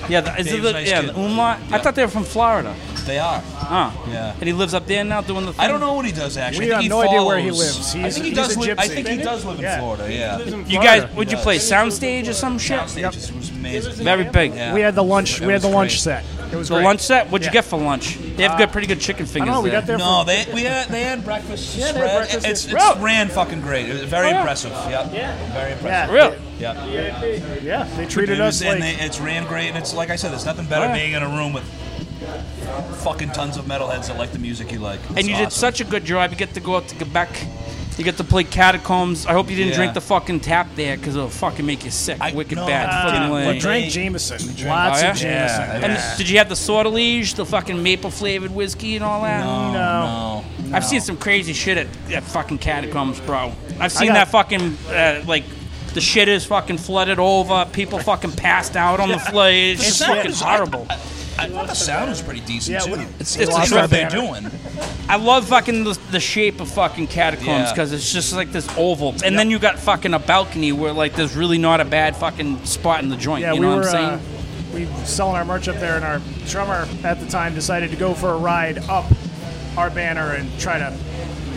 Speaker 1: Yeah, the, is it
Speaker 2: Dave's
Speaker 1: the,
Speaker 2: nice
Speaker 1: yeah,
Speaker 2: kid.
Speaker 1: the umlaut? I
Speaker 2: Yeah.
Speaker 1: thought they were from Florida.
Speaker 2: They are.
Speaker 1: Ah.
Speaker 2: Yeah.
Speaker 1: And he lives up there now doing the thing?
Speaker 2: I don't know what he does actually.
Speaker 5: We
Speaker 2: I
Speaker 5: have
Speaker 2: think
Speaker 5: no
Speaker 2: he
Speaker 5: idea where he
Speaker 2: follows-
Speaker 5: lives.
Speaker 2: I
Speaker 5: He's-
Speaker 2: think he
Speaker 5: he's
Speaker 2: does
Speaker 5: a
Speaker 2: live. I
Speaker 5: gypsy.
Speaker 2: think he does live in
Speaker 5: Yeah.
Speaker 2: Florida. Yeah.
Speaker 1: You guys, would you play soundstage or some shit?
Speaker 2: Soundstage is- was amazing.
Speaker 1: Very big.
Speaker 2: Yeah.
Speaker 5: We had the lunch.
Speaker 2: That
Speaker 5: we had
Speaker 2: was
Speaker 5: the lunch
Speaker 2: great.
Speaker 5: set. It was
Speaker 1: The
Speaker 5: great.
Speaker 1: lunch set? What'd you
Speaker 5: Yeah.
Speaker 1: get for lunch? They have good, pretty good chicken
Speaker 5: I
Speaker 1: fingers.
Speaker 5: don't know. We
Speaker 1: there.
Speaker 5: got there.
Speaker 2: No,
Speaker 5: for,
Speaker 2: they we had they had breakfast
Speaker 5: Yeah, they had
Speaker 2: spread.
Speaker 5: breakfast
Speaker 2: it's,
Speaker 5: and-
Speaker 2: it's ran fucking great. It was very
Speaker 1: Oh, yeah.
Speaker 2: impressive. Yeah. Very impressive.
Speaker 5: yeah,
Speaker 1: Really?
Speaker 2: Yeah.
Speaker 5: yeah. They treated
Speaker 2: It was-
Speaker 5: us like
Speaker 2: and they, it's ran great, and it's like I said, there's nothing better
Speaker 1: Oh, yeah.
Speaker 2: being in a room with fucking tons of metalheads that like the music you like.
Speaker 1: And you did such a good job. You get to go out to Quebec. You get to play catacombs. I hope you didn't
Speaker 2: Yeah.
Speaker 1: drink the fucking tap there because it'll fucking make you sick.
Speaker 2: I- Uh,
Speaker 1: Wicked
Speaker 2: no,
Speaker 1: bad.
Speaker 2: I
Speaker 1: fucking
Speaker 2: didn't.
Speaker 1: lame.
Speaker 5: we drank Jameson.
Speaker 2: drank-
Speaker 5: Lots
Speaker 1: Oh, yeah?
Speaker 5: of Jameson.
Speaker 2: Yeah.
Speaker 1: And
Speaker 2: Yeah.
Speaker 1: did you have the sortilege, the fucking maple flavored whiskey and all that?
Speaker 2: No.
Speaker 1: I've seen some crazy shit at, at fucking catacombs, bro. I've seen
Speaker 5: got-
Speaker 1: that fucking uh, like the shit is fucking flooded over. People fucking passed out on the floor. It's just
Speaker 2: sound
Speaker 1: fucking
Speaker 2: is-
Speaker 1: horrible.
Speaker 2: I thought the sound was pretty decent
Speaker 5: Yeah,
Speaker 2: too.
Speaker 5: what-
Speaker 2: It's,
Speaker 1: it's
Speaker 2: it's
Speaker 1: lots
Speaker 2: what
Speaker 1: of
Speaker 2: they're
Speaker 5: better.
Speaker 2: doing.
Speaker 1: I love fucking the, the shape of fucking catacombs
Speaker 2: Yeah.
Speaker 1: because it's just like this oval, and then you got fucking a balcony where like there's really not a bad fucking spot in the joint.
Speaker 5: Yeah,
Speaker 1: you
Speaker 5: we
Speaker 1: know
Speaker 5: were
Speaker 1: what I'm saying?
Speaker 5: uh, we were selling our merch up there, and our drummer at the time decided to go for a ride up our banner and try to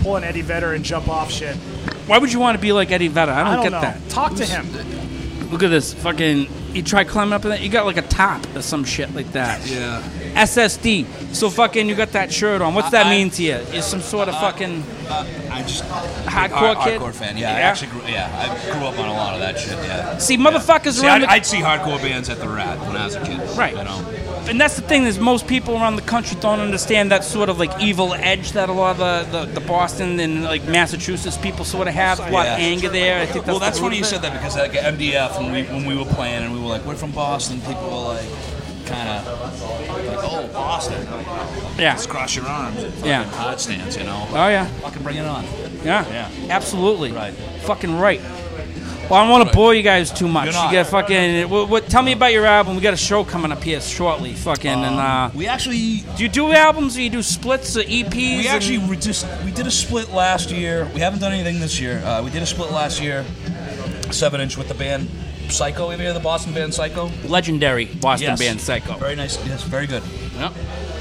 Speaker 5: pull an Eddie Vedder and jump off shit.
Speaker 1: Why would you want to be like Eddie Vedder? I don't,
Speaker 5: I don't
Speaker 1: get
Speaker 5: know.
Speaker 1: that.
Speaker 5: Talk to him.
Speaker 1: Look at this fucking. You try climbing up in that, you got like a top or some shit like that.
Speaker 2: Yeah.
Speaker 1: SSD. So fucking, you got that shirt on. What's that
Speaker 2: I- Uh,
Speaker 1: mean to you? You're some sort of fucking.
Speaker 2: I just
Speaker 1: Hardcore
Speaker 2: hard-
Speaker 1: kid?
Speaker 2: hardcore fan. Yeah, I
Speaker 1: Yeah.
Speaker 2: actually grew, yeah, I grew up on a lot of that shit. Yeah.
Speaker 1: See, motherfuckers
Speaker 2: See,
Speaker 1: around
Speaker 2: I'd,
Speaker 1: the
Speaker 2: I'd see hardcore bands at the Rat when I was a kid.
Speaker 1: right,
Speaker 2: You know.
Speaker 1: and that's the thing is most people around the country don't understand that sort of like evil edge that a lot of the, the, the Boston and like Massachusetts people sort of have. A lot of
Speaker 2: Yeah.
Speaker 1: anger there. I think that's
Speaker 2: well, that's
Speaker 1: the
Speaker 2: funny you
Speaker 1: root of
Speaker 2: said that because like at MDF when we when we were playing and we were like we're from Boston, people were like kind of like oh Boston,
Speaker 1: it. Yeah.
Speaker 2: just cross your arms, and fucking
Speaker 1: Yeah.
Speaker 2: hard stance, you know.
Speaker 1: Oh yeah.
Speaker 2: Fucking bring it on.
Speaker 1: Yeah.
Speaker 2: Yeah.
Speaker 1: Absolutely.
Speaker 2: Right.
Speaker 1: Fucking right. Well, I don't want to bore you guys too much.
Speaker 2: You're not.
Speaker 1: You got fucking. What, what, tell me about your album. We got a show coming up here shortly. Fucking
Speaker 2: Um,
Speaker 1: and uh,
Speaker 2: We actually
Speaker 1: do you do albums or you do splits or EPs?
Speaker 2: we
Speaker 1: and-
Speaker 2: actually re- just we did a split last year. We haven't done anything this year. Uh, we did a split last year, seven inch with the band Psycho. Have you heard of the Boston band Psycho?
Speaker 1: legendary Boston
Speaker 2: Yes.
Speaker 1: band Psycho.
Speaker 2: Very nice. Yes, very good.
Speaker 1: Yep.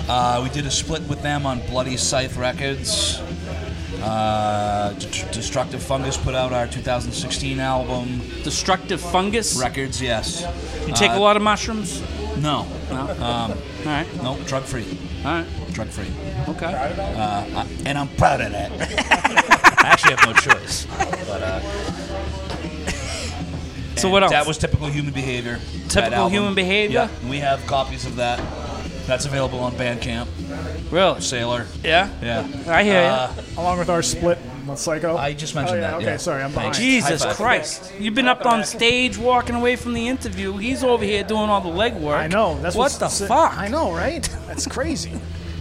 Speaker 2: Uh, we did a split with them on Bloody Scythe Records. Uh, D- Destructive Fungus put out our 2016 album.
Speaker 1: Destructive fungus.
Speaker 2: Records, yes.
Speaker 1: You take
Speaker 2: Uh,
Speaker 1: a lot of mushrooms.
Speaker 2: No,
Speaker 1: No. all right.
Speaker 2: no, drug free,
Speaker 1: All right.
Speaker 2: drug free,
Speaker 1: Okay.
Speaker 2: and I'm proud of that. I actually have no choice. uh,
Speaker 1: So what else?
Speaker 2: That was typical human behavior. that
Speaker 1: Typical
Speaker 2: album.
Speaker 1: Human Behavior?
Speaker 2: Yeah, we have copies of that. That's available on Bandcamp.
Speaker 1: really.
Speaker 2: Sailor.
Speaker 1: Yeah.
Speaker 2: Yeah.
Speaker 1: I hear ya.
Speaker 2: Uh,
Speaker 5: Along with our split with Psycho.
Speaker 2: I just
Speaker 5: oh,
Speaker 2: mentioned
Speaker 5: yeah,
Speaker 2: that.
Speaker 5: Okay,
Speaker 2: yeah.
Speaker 5: sorry, I'm behind.
Speaker 2: Thanks.
Speaker 1: Jesus
Speaker 2: High five.
Speaker 1: Christ! You've been up on stage, walking away from the interview. He's over here doing all the legwork.
Speaker 5: I know. That's
Speaker 1: what
Speaker 5: what's
Speaker 1: the
Speaker 5: si-
Speaker 1: fuck.
Speaker 5: I know, right? That's crazy.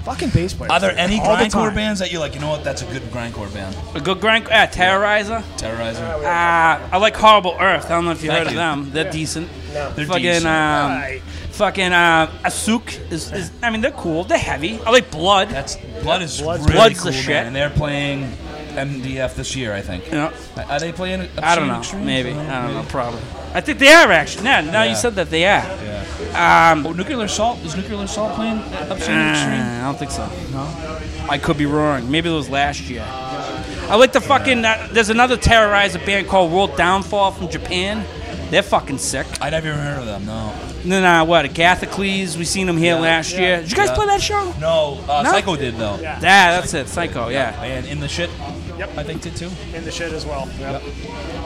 Speaker 5: Fucking bass players.
Speaker 2: Are there any
Speaker 5: All the
Speaker 2: grindcore
Speaker 5: time.
Speaker 2: bands that you're like, you know what, that's a good grindcore band?
Speaker 1: A good grind. Ah, Terrorizer.
Speaker 2: Terrorizer.
Speaker 1: Ah, I like Horrible Earth. I don't know if you
Speaker 2: Thank
Speaker 1: heard
Speaker 2: you.
Speaker 1: of them. They're decent.
Speaker 2: They're
Speaker 1: fucking
Speaker 2: decent.
Speaker 1: um,
Speaker 5: Right.
Speaker 1: fucking uh, Asuk is, is. I mean, they're cool. They're heavy. I like Blood.
Speaker 2: That's Blood is
Speaker 5: Blood's-
Speaker 2: really
Speaker 1: Blood's
Speaker 2: cool,
Speaker 1: the
Speaker 2: man,
Speaker 1: shit.
Speaker 2: and they're playing MDF this year, I think.
Speaker 1: Yeah.
Speaker 2: Are they playing? Obscene
Speaker 1: I don't know.
Speaker 2: Extremes?
Speaker 1: Maybe. I don't know. Probably. I think they are actually. Now, now
Speaker 2: Yeah.
Speaker 1: you said that they are.
Speaker 2: Oh, Nuclear Assault is Nuclear Assault playing Obscene Extreme?
Speaker 1: Um, Uh, I don't think so. No. I could be wrong. Maybe it was last year. I like the fucking. Uh, there's another terrorizer band called World Downfall from Japan. They're fucking sick.
Speaker 2: I never even heard of them. No.
Speaker 1: And then uh, what? Agathocles. We seen them here last year. Did you guys
Speaker 2: Yeah.
Speaker 1: play that show?
Speaker 2: No. Uh,
Speaker 1: No?
Speaker 2: Psycho did though.
Speaker 5: Yeah.
Speaker 1: Yeah, that's it. Psycho. Yeah.
Speaker 2: And in the shit.
Speaker 5: Yep.
Speaker 2: I think did too.
Speaker 5: in the shit as well? Yep.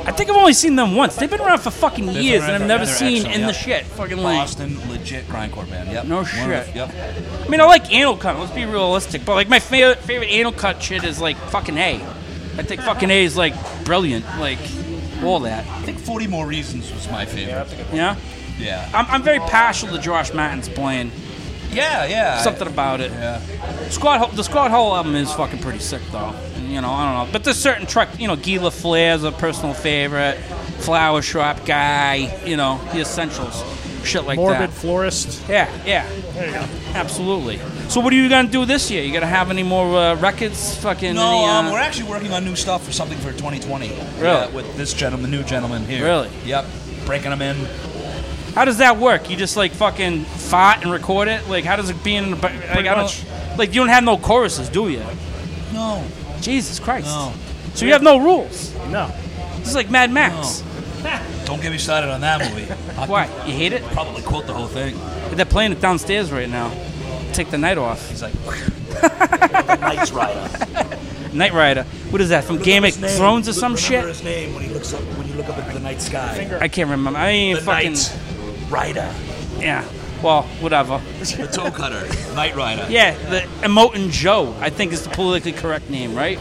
Speaker 1: I think I've only seen them once. They've been around for fucking
Speaker 2: They've been
Speaker 1: years, and
Speaker 2: around
Speaker 1: I've
Speaker 2: for-
Speaker 1: never
Speaker 2: they're
Speaker 1: seen
Speaker 2: excellent,
Speaker 1: in the
Speaker 2: yeah.
Speaker 1: shit. Fucking like.
Speaker 2: Boston legit grindcore band. Yep.
Speaker 1: No
Speaker 2: One of the-
Speaker 1: shit.
Speaker 2: yep.
Speaker 1: I mean, I like Anal Cut. Let's be realistic, but like my favorite favorite Anal Cut shit is like fucking A. I think fucking A is like brilliant. Like all that.
Speaker 2: I think Forty More Reasons was my favorite.
Speaker 1: Yeah.
Speaker 2: Yeah.
Speaker 1: I'm, I'm very partial to Josh Martin's playing.
Speaker 2: Yeah, yeah.
Speaker 1: Something about it.
Speaker 2: Yeah.
Speaker 1: Squad, Ho- the Squad Hole album is fucking pretty sick though. And, you know, I don't know, but there's certain truck. You know, Gila Flair's a personal favorite. Flower Shop guy. You know, the essentials, shit like
Speaker 5: Morbid
Speaker 1: that.
Speaker 5: Florist.
Speaker 1: Yeah, yeah. There you go. Absolutely. So, what are you gonna do this year? You gonna have any more uh, records? Fucking
Speaker 2: No,
Speaker 1: any, uh,
Speaker 2: um, we're actually working on new stuff for something for 2020. Really? with this gentleman, new gentleman here.
Speaker 1: Really?
Speaker 2: Yep. Breaking him in.
Speaker 1: How does that work? You just like fucking fart and record it? Like how does it be in the like I don't
Speaker 5: much.
Speaker 1: like you don't have no choruses, do you?
Speaker 2: No.
Speaker 1: Jesus Christ.
Speaker 2: No.
Speaker 1: So you have no rules.
Speaker 5: No.
Speaker 1: This is like Mad Max.
Speaker 2: Don't get me started on that movie. I
Speaker 1: Why? You hate it?
Speaker 2: could probably quote the whole thing.
Speaker 1: They're playing it downstairs right now. Take the night off.
Speaker 2: He's like,
Speaker 7: Knights Rider.
Speaker 1: Night Rider. What is that from Game of
Speaker 7: Remember his name.
Speaker 1: Thrones or some
Speaker 7: Remember
Speaker 1: shit?
Speaker 7: his name when he looks up when you look up into the night sky.
Speaker 1: I can't remember. I ain't
Speaker 7: the
Speaker 1: fucking
Speaker 7: Knight Rider.
Speaker 1: yeah. Well, whatever.
Speaker 2: the toe cutter, Knight Rider.
Speaker 1: Yeah, the Emotin Joe, I think is the politically correct name, right?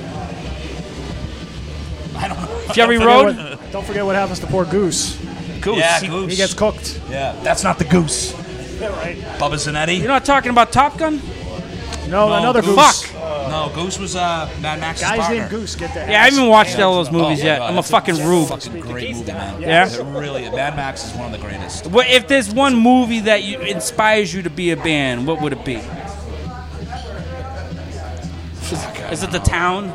Speaker 2: I don't know.
Speaker 1: Fury
Speaker 5: Forget
Speaker 1: Road?
Speaker 5: what- don't forget what happens to poor Goose.
Speaker 1: Goose.
Speaker 2: Yeah,
Speaker 1: He-
Speaker 2: Goose.
Speaker 5: He gets cooked.
Speaker 2: Yeah, that's not the goose. Bubba Zanetti.
Speaker 1: You're not talking about Top Gun?
Speaker 5: No,
Speaker 2: No,
Speaker 5: another
Speaker 2: Goose.
Speaker 5: Goose.
Speaker 1: Fuck.
Speaker 2: No, Goose was uh, Mad Max's
Speaker 5: Guy's
Speaker 2: partner.
Speaker 5: named Goose. Get that.
Speaker 1: Yeah, I haven't watched all those
Speaker 2: Oh,
Speaker 1: movies
Speaker 2: my
Speaker 1: yet.
Speaker 2: God,
Speaker 1: I'm a
Speaker 2: that's
Speaker 1: fucking rube.
Speaker 2: Fucking great movie, man.
Speaker 1: Yeah?
Speaker 2: It really. Mad Max is one of the greatest.
Speaker 1: Well, if there's one movie that you, inspires you to be a band, what would it be? Is it The Town?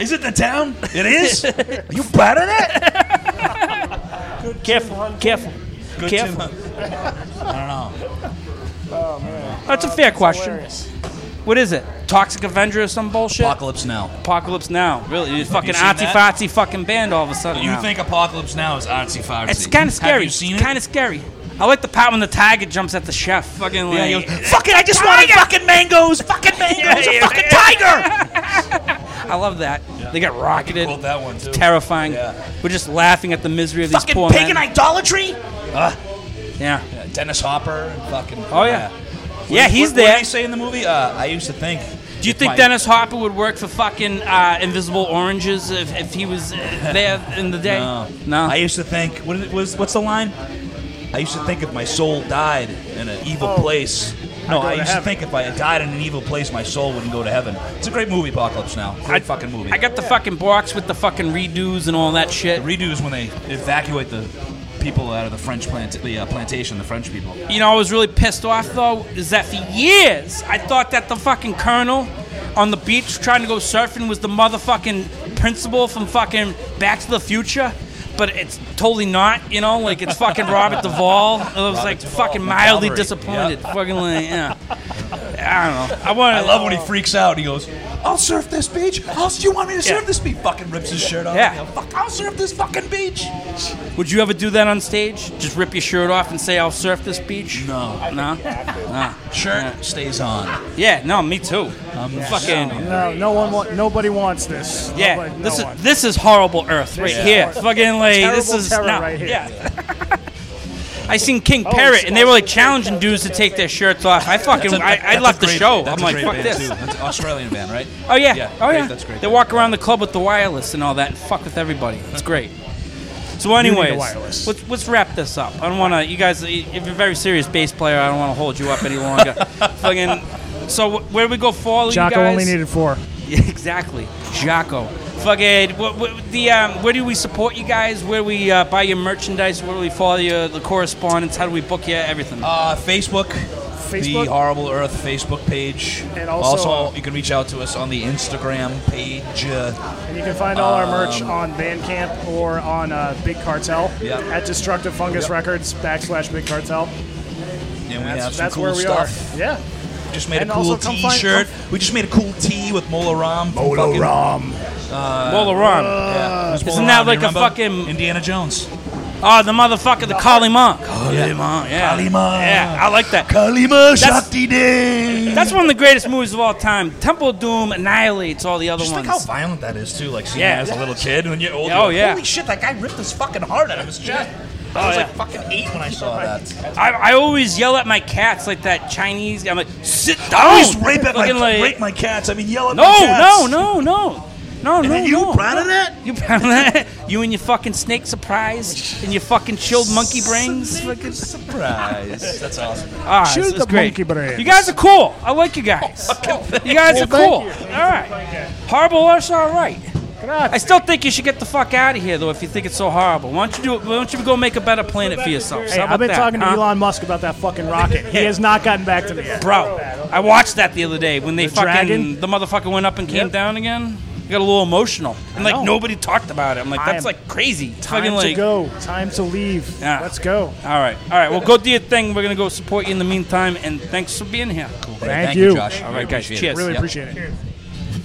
Speaker 2: Is it the town? It is. Are you proud of that?
Speaker 1: Careful, careful,
Speaker 2: Good
Speaker 1: careful.
Speaker 2: Tim. I don't know.
Speaker 1: That's a fair question.
Speaker 5: hilarious.
Speaker 1: What is it? Toxic Avenger or some bullshit?
Speaker 2: Apocalypse Now.
Speaker 1: Apocalypse Now. Really, you fucking
Speaker 2: you seen
Speaker 1: artsy
Speaker 2: that?
Speaker 1: fartsy fucking band all of a sudden.
Speaker 2: You
Speaker 1: now.
Speaker 2: think Apocalypse Now is artsy fartsy?
Speaker 1: it's kind of scary?
Speaker 2: Have you seen it?
Speaker 1: Kind of scary. I like the part when the tiger jumps at the chef. Fucking like.
Speaker 2: he goes, fuck it, I just wanted fucking mangoes, fucking mangoes, a fucking tiger!
Speaker 1: I love that. They got rocketed.
Speaker 2: Quote that one, too.
Speaker 1: Terrifying.
Speaker 2: Yeah.
Speaker 1: We're just laughing at the misery of these
Speaker 7: Fucking
Speaker 1: poor
Speaker 7: pagan
Speaker 1: men.
Speaker 7: idolatry.
Speaker 1: yeah.
Speaker 2: Yeah, Dennis Hopper and fucking.
Speaker 1: Oh, yeah. Yeah, he's
Speaker 2: what, What
Speaker 1: there.
Speaker 2: did he say in the movie? Uh, I used to think.
Speaker 1: Do you
Speaker 2: if
Speaker 1: think
Speaker 2: my-
Speaker 1: Dennis Hopper would work for fucking uh, Invisible Oranges if, if he was uh, there in the day?
Speaker 2: No.
Speaker 1: No.
Speaker 2: I used to think. What is it, was, what's the line? I used to think if my soul died in an evil
Speaker 1: Oh.
Speaker 2: place. No,
Speaker 5: go
Speaker 2: I
Speaker 5: to
Speaker 2: used
Speaker 5: heaven.
Speaker 2: to think if I died in an evil place, my soul wouldn't go to heaven. It's a great movie, Apocalypse Now. Great fucking movie.
Speaker 1: I got the fucking box with the fucking redos and all that shit.
Speaker 2: Redo is when they evacuate the people out of the French plant, the uh, plantation, the French people.
Speaker 1: You know, I was really pissed off though, is that for years I thought that the fucking colonel on the beach trying to go surfing was the motherfucking principal from fucking Back to the Future. But it's totally not, you know, like it's fucking Robert Duvall. I was like fucking mildly
Speaker 2: McElroy.
Speaker 1: disappointed. Fucking like, yeah. I don't know. I want
Speaker 2: I love when he freaks out. He goes, "I'll surf this beach. I'll, you want me to surf this beach?" Fucking rips his shirt off.
Speaker 1: Yeah.
Speaker 2: He goes, Fuck, I'll surf this fucking beach.
Speaker 1: Would you ever do that on stage? Just rip your shirt off and say, I'll surf this beach?
Speaker 2: No.
Speaker 1: No?
Speaker 2: Shirt stays on.
Speaker 1: Yeah, no, me too.
Speaker 2: Um,
Speaker 1: Fucking.
Speaker 5: No, no one. wa- nobody wants this.
Speaker 1: Yeah,
Speaker 5: Nobody- no
Speaker 1: this
Speaker 5: one.
Speaker 1: is this is horrible Earth right
Speaker 5: is
Speaker 1: here.
Speaker 5: horrible.
Speaker 1: Fucking like this
Speaker 5: Terrible
Speaker 1: is
Speaker 5: terror
Speaker 1: no,
Speaker 5: right here.
Speaker 1: Yeah. I seen King Parrot and they were like challenging dudes to take their shirts off. I fucking
Speaker 2: That's a-
Speaker 1: I I
Speaker 2: that's
Speaker 1: left
Speaker 2: a
Speaker 1: the
Speaker 2: great-
Speaker 1: show. I'm
Speaker 2: that's a
Speaker 1: like
Speaker 2: great
Speaker 1: fuck
Speaker 2: band,
Speaker 1: this.
Speaker 2: too. That's an Australian band, right?
Speaker 1: Oh yeah.
Speaker 2: Yeah,
Speaker 1: oh
Speaker 2: great-
Speaker 1: yeah.
Speaker 2: that's great.
Speaker 1: They walk around the club with the wireless and all that and fuck with everybody. It's great. So anyways,
Speaker 5: wireless.
Speaker 1: let's let's wrap this up. I don't want to you guys if you're a very serious bass player, I don't want to hold you up any longer. fucking so wh- where do we go forward, you
Speaker 5: Jocko
Speaker 1: guys?
Speaker 5: only needed four.
Speaker 1: Yeah, exactly. Jocko. Fucking, what, what, the, um, where do we support you guys? Where do we uh, buy your merchandise? Where do we follow your, the correspondence? How do we book you? Everything.
Speaker 2: Uh, Facebook,
Speaker 5: Facebook?
Speaker 2: the Horrible Earth Facebook page,
Speaker 5: And also, uh,
Speaker 2: you can reach out to us on the Instagram page. Uh,
Speaker 5: And you can find all our merch
Speaker 1: Um,
Speaker 5: on Bandcamp or on uh, Big Cartel
Speaker 2: Yeah.
Speaker 5: at Destructive Fungus
Speaker 2: Yep.
Speaker 5: Records backslash Big Cartel.
Speaker 2: and we
Speaker 5: That's,
Speaker 2: have some
Speaker 5: that's
Speaker 2: cool
Speaker 5: where we
Speaker 2: stuff.
Speaker 5: are. Yeah.
Speaker 2: Just made
Speaker 5: And
Speaker 2: a cool
Speaker 5: also come find-
Speaker 2: T-shirt. we just made a cool tee with Mola Ram. from fucking-
Speaker 1: Roll around.
Speaker 2: Yeah,
Speaker 5: Uh,
Speaker 2: it was
Speaker 1: Isn't
Speaker 2: Mola
Speaker 1: that
Speaker 2: Ram,
Speaker 1: like
Speaker 2: you
Speaker 1: a
Speaker 2: remember?
Speaker 1: fucking-
Speaker 2: Indiana Jones?
Speaker 1: oh, the motherfucker, the Kalima. Kalima, yeah.
Speaker 2: Kalima.
Speaker 1: Yeah, I like that.
Speaker 2: Kalima
Speaker 1: That's-
Speaker 2: Shakti Day.
Speaker 1: That's one of the greatest movies of all time. Temple of Doom annihilates all the other
Speaker 2: Just
Speaker 1: ones.
Speaker 2: think how violent that is too. Like seeing
Speaker 1: Yeah.
Speaker 2: that as a little kid when you're older.
Speaker 1: Oh,
Speaker 2: like,
Speaker 1: yeah.
Speaker 2: Holy shit! That guy ripped his fucking heart out of his chest.
Speaker 5: Oh,
Speaker 2: I was like fucking eight when I saw that.
Speaker 1: I, I always yell at my cats like that Chinese guy. I'm like, sit down.
Speaker 2: I always rape at my
Speaker 1: Fucking like-
Speaker 2: rape my cats. I mean, yell at
Speaker 1: No,
Speaker 2: my cats.
Speaker 1: no, no, no. No, no,
Speaker 7: And you
Speaker 1: no.
Speaker 7: proud of that?
Speaker 1: You proud of that? You and your fucking snake surprise and your fucking chilled monkey brains. Fucking
Speaker 2: Surprise. That's awesome.
Speaker 1: All right,
Speaker 5: Chilled
Speaker 1: this is great.
Speaker 5: monkey brains.
Speaker 1: You guys are cool. I like you guys.
Speaker 2: Oh,
Speaker 1: you guys are cool. All right. Horrible us, all right. I still think you should get the fuck out of here, though, if you think it's so horrible. Why don't you do it? Why don't you go make a better planet for yourself?
Speaker 5: Hey, I've been talking to Elon Musk about that fucking rocket. He has not gotten back to me yet.
Speaker 1: Bro, I watched that the other day when they
Speaker 5: The
Speaker 1: fucking
Speaker 5: dragon?
Speaker 1: the motherfucker went up and came
Speaker 5: Yep.
Speaker 1: down again. I got a little emotional, and like
Speaker 5: know.
Speaker 1: nobody talked about it. I'm like,
Speaker 5: I
Speaker 1: that's
Speaker 5: am-
Speaker 1: like crazy. It's
Speaker 5: Time
Speaker 1: fucking
Speaker 5: to
Speaker 1: like,
Speaker 5: go. Time to leave.
Speaker 1: Yeah.
Speaker 5: Let's go.
Speaker 1: all right, all right. Well, go do your thing. We're gonna go support you in the meantime, and thanks for being here.
Speaker 2: Cool. Great.
Speaker 5: Thank
Speaker 2: Thank you,
Speaker 5: you.
Speaker 2: Josh.
Speaker 1: All right, guys.
Speaker 2: Appreciate it.
Speaker 1: Cheers.
Speaker 5: Really
Speaker 1: Yep.
Speaker 5: appreciate it.